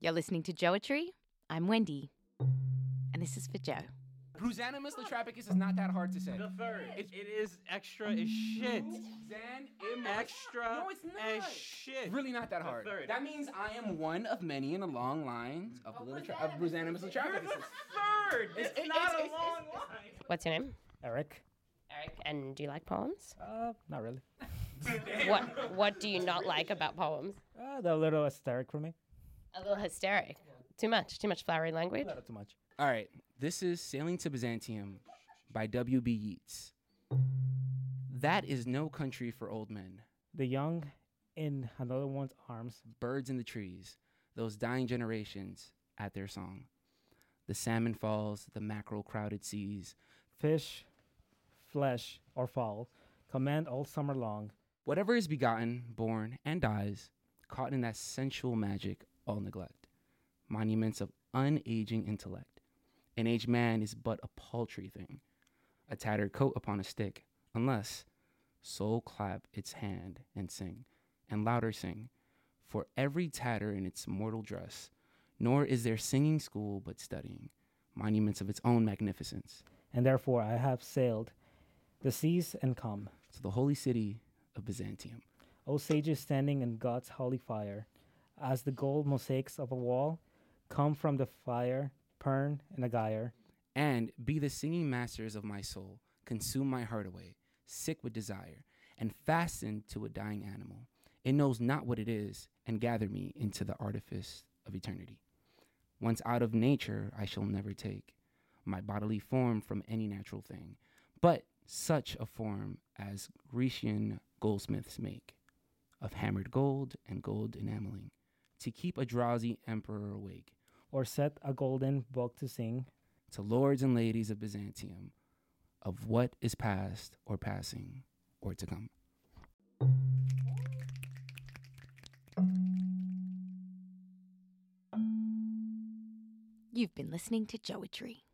You're listening to Joetry. I'm Wendy, and this is for Joe. Prusanimus latrapicus is not that hard to say. The third. It, it is extra as shit. Prusanimus. Extra No, it's not. as shit. Really not that hard. third. That means I am one of many in a long line Oh, of, latra- of Prusanimus latrapicuses. Third. It's, it- not it's- a it's- long line. What's your name? Eric? Eric. And do you like poems? Uh, not really. What What do you not like about poems? Uh, they're a little hysteric for me. A little hysteric. Too much. Too much flowery language. A little too much. All right, this is Sailing to Byzantium by W.B. Yeats. That is no country for old men. The young in another one's arms. birds in the trees, those dying generations at their song. The salmon falls, the mackerel crowded seas. Fish, flesh, or fowl command all summer long. Whatever is begotten, born, and dies, caught in that sensual magic, all neglect. Monuments of unaging intellect. An aged man is but a paltry thing, a tattered coat upon a stick, unless soul clap its hand and sing, and louder sing, for every tatter in its mortal dress. Nor is there singing school but studying, monuments of its own magnificence. And therefore I have sailed the seas and come. To the holy city of Byzantium. O sages standing in God's holy fire, as the gold mosaics of a wall come from the fire, pern and agire. and be the singing masters of my soul, consume my heart away, sick with desire, and fasten to a dying animal. It knows not what it is, and gather me into the artifice of eternity. Once out of nature, I shall never take my bodily form from any natural thing, but such a form as Grecian goldsmiths make, of hammered gold and gold enameling, to keep a drowsy emperor awake Or set a golden book to sing, to lords and ladies of Byzantium of what is past or passing or to come. You've been listening to Joetry.